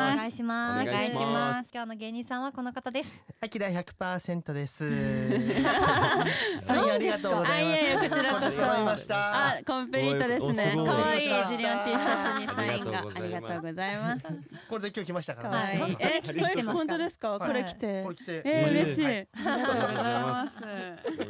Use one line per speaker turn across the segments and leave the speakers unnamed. お願いします
お願いします
今日の芸人さんはこの方です
アキラ100%です。 はい、ありがとうございま
あいえいえ
す。
こちらこそ
整いました。
あ、コンプリートですね。
おすごい
可愛いエジリオン T シャツにサインが
あ
あり
り
が
が
と
と
う
う
ご
ご
ざいます。
これで今日来ましたから
可愛
ね。
い
はい。え、
これ着てきてますから
本当ですか。
はい
これ着て
これ。来て。
えー、嬉しい。
は
ありがとうございます。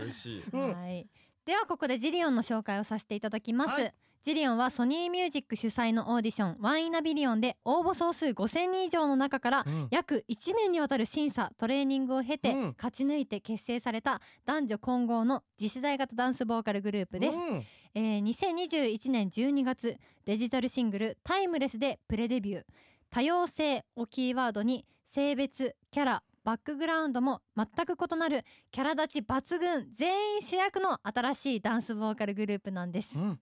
嬉しい。
うん
はい。ではここでジリオンの紹介をさせていただきます、
はい
ジリオンはソニーミュージック主催のオーディションワンイナビリオンで応募総数5000人以上の中から
うん
約1年にわたる審査トレーニングを経て
うん
勝ち抜いて結成された男女混合の次世代型ダンスボーカルグループです、
うん
えー2021年12月デジタルシングル「タイムレスでプレデビュー多様性をキーワードに性別キャラバックグラウンドも全く異なるキャラ立ち抜群全員主役の新しいダンスボーカルグループなんです
うん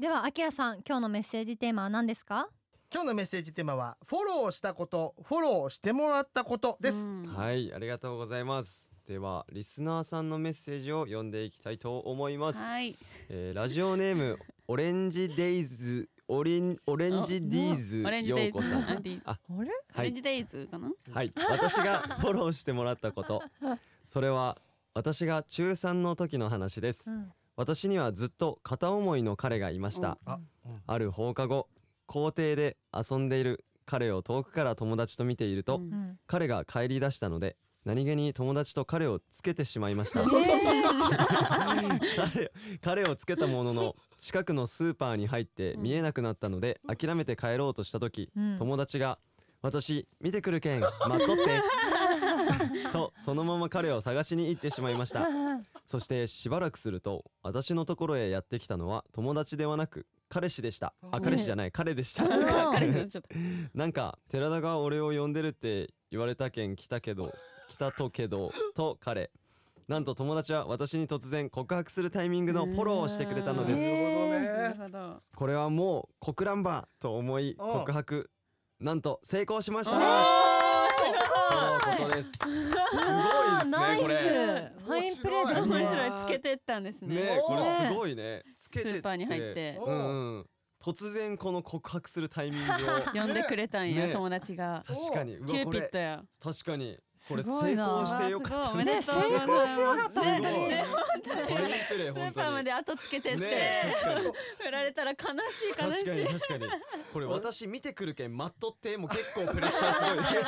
ではあきらさん今日のメッセージテーマは何ですか
今日のメッセージテーマはフォローしたこと、フォローしてもらったことです。
うん
はい、ありがとうございます。では、リスナーさんのメッセージを読んでいきたいと思います。
はい。
えーラジオネーム、オレンジデイズ、オレン、オレンジディ
おオレ
ー
ンジデ
ズ、よ
イ
うこ
ズ
さ
アン
ん。
ディ
あ、
あれ
オ
は
レン
い
ジ、デイズかな。
はい、私がフォローしてもらったこと。それは、私が中3の時の話です
う。ん
私にはずっと片思いの彼がいました。
あ、うん
ある放課後校庭で遊んでいる彼を遠くから友達と見ている
う
と、
ん
うん
彼が帰り出したので何気に友達と彼をつけてしまい ました 彼彼をつけたものの近くのスーパーに入って見えなくなったので諦めて帰ろうとした時
うん
友達が「私見てくるけん待っとって」とそのまま彼を探しに行ってしまいま したそしてしばらくすると私のところへやってきたのは友達ではなく彼氏でしたあ彼氏じゃない彼でした
う ん
彼になっちゃった。
なんか寺田が俺を呼んでるって言われたけん来たけど来たとけどと彼なんと友達は私に突然告白するタイミングのフォローをしてくれたの
なるほど
です
なる
ね。
ほど。
これはもう告らんばと思い
おう
告白なんと成功しまし
お
た
ー
とのことですすごいです
ナ
ね
イス
こ
フ
れ
ァインプレーです
面
ね
白いつけてったんですね。
ねえこれ
ね
すごいねつけてって
スーパーに入って
うんうん突然この告白するタイミングを
呼んでくれたんや
ね
友達が。
確かにうわ
キュー
こ
ピ
れ
ットや。
確かにこれ
す
成
ごいな
功してよかったね
ね
ね成功してよかった
ね
本当に
ね
ファインプレー
スー
本
パー
当
ま
に
で後つけてって、
ねえ確かに
振られたら悲しい悲し
確か
い
に確かにこれ私見てくるけん待っとってもう結構プレッシャーすごい
確か
ね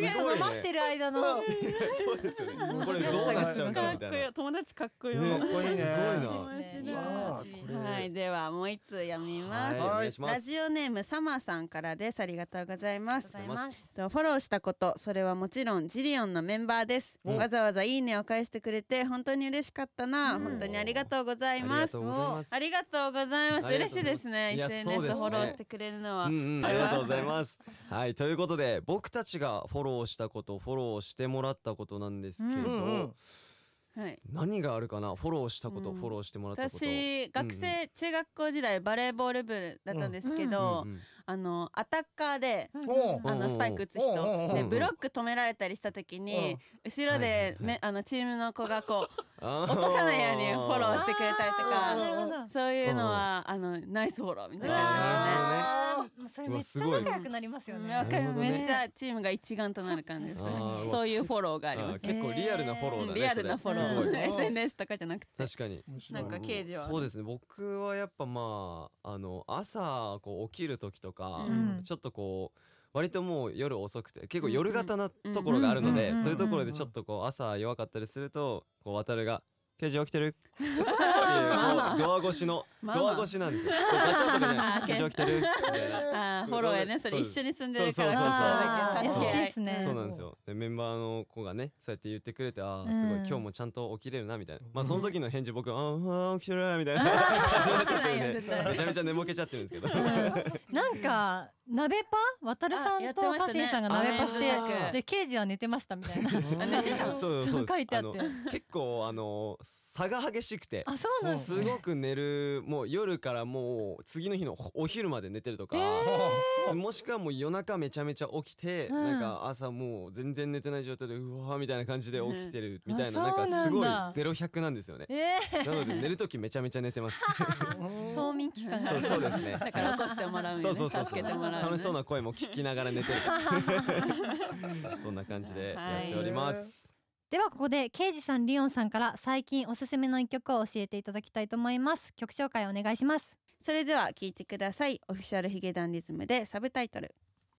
に
す
そ
ご
の
いね
待ってる間の
そうですよねこれどうなっちゃうんだろ
か
う
っこ
みた
い
い
いよ友達かっこいいよ、
なね
こいいね
す
面
ごいな
白い
ですね
わあこれ
はいではもう一通読みます、
はいお願いしま
ラ
す
ジオネームサマーさんからですありがとうございます
ございます
とフォローしたことそれはもちろんジリオンのメンバーです
うん
わざわざいいねを返してくれて本当に嬉しかったな、
うん
本当にありがとうござ
あ
い
りが
ます
とうございます
ありがとうございます
ありがとうございま
嬉
す
しいですね
いや
SNS
そうですね
フォローしてくれるのは、
うんうん、ありがとうございます。はい、ということで、僕たちがフォローしたこと、フォローしてもらったことなんですけれど、
うんうん
はい
何があるかな、フォローしたこと、
うん
フォローしてもらったこと。
私学生、中学校時代バレーボール部だったんですけ
う
ど、
んうん
あのアタッカーで
おう
あ
うんうんう
の
ん
スパイク打つ
うんうんうん
人
うん
でブロック止められたりした時
うん
に後ろで
はいはいはい
めあのチームの子がこ う
あー
落とさないようにフォローしてくれたりと
あー
か
なるほど
そういうのはあのナイスフォローみたいな感
あ
あ
ーもうそれめっちゃ仲良くなります
じ
よ
で
ね。
ね。わか
なる
る
ほどね
めっちゃチームが一丸となる感じですね
あー
そういうフォローがあります
ー結構リアルなフォローだね。
リアルなフ
そ
ォ
れ
ロ
すご い
ー
ね
SNS とかじゃなくて
確かに。
面白
ないんか刑事は
そうですね僕はやっぱまああの朝こう起きる時と
うん
か、ちょっとこう割ともう夜遅くて結構
うん
夜型なところがあるので、
うんうん
そういうところでちょっとこう朝弱かったりするとこう渡るが「刑事起きてる?」っていうこう
ママ
ドア越しの
ママ
ドア越しなんですよ。こうガチャとかね
あー
刑事起きてる?」みたいな。
あーフォローやねそれ
そう
一緒に住んでるから
あ
そう
ー
そうそう
優しいですね。
そうなんですよでメンバーの子がねそうやって言ってくれてああすごい、
うん
今日もちゃんと起きれるなみたいな
うん
まあその時の返事僕は「あーあー起きてる」みたいな 感 じになっちゃって
起
る
き
ん
てないよ絶対
でめちゃめちゃ寝ぼけちゃってるんですけど、
うんなんか鍋パ渡るさ
あや
ん
って
と
ました
家
ね
臣さんが鍋パし
あー
てで刑事は寝てましたみたいな
うん
あなんか
そうそうです
書いてあって
の結構あの差が激しくて
あそうなんです
す
ね
ごく寝るもう夜からもう次の日のお昼まで寝てるとか、もしくはもう夜中めちゃめちゃ起きて、
うん
なんか朝もう全然寝てない状態でうわーみたいな感じで起きてるみたいな、
あ
なんかす
そう
ごい
なんだ
ゼロ百なんですよね。
え
なので寝る時めちゃめちゃ寝 てます。
ー、冬眠期間があ
そう
る
そうですね。
だから起こしてもらうんよ
そう
ね
そうそうそ
助
う
けてもらう、ね、
楽しそ うな声も聞きながら寝てる そんな感じでやっております、
ではここでケイジさんリオンさんから最近おすすめの一曲を教えていただきたいと思います曲紹介お願いします
それでは聞いてくださいオフィシャルヒゲダンディズムでサブタイトル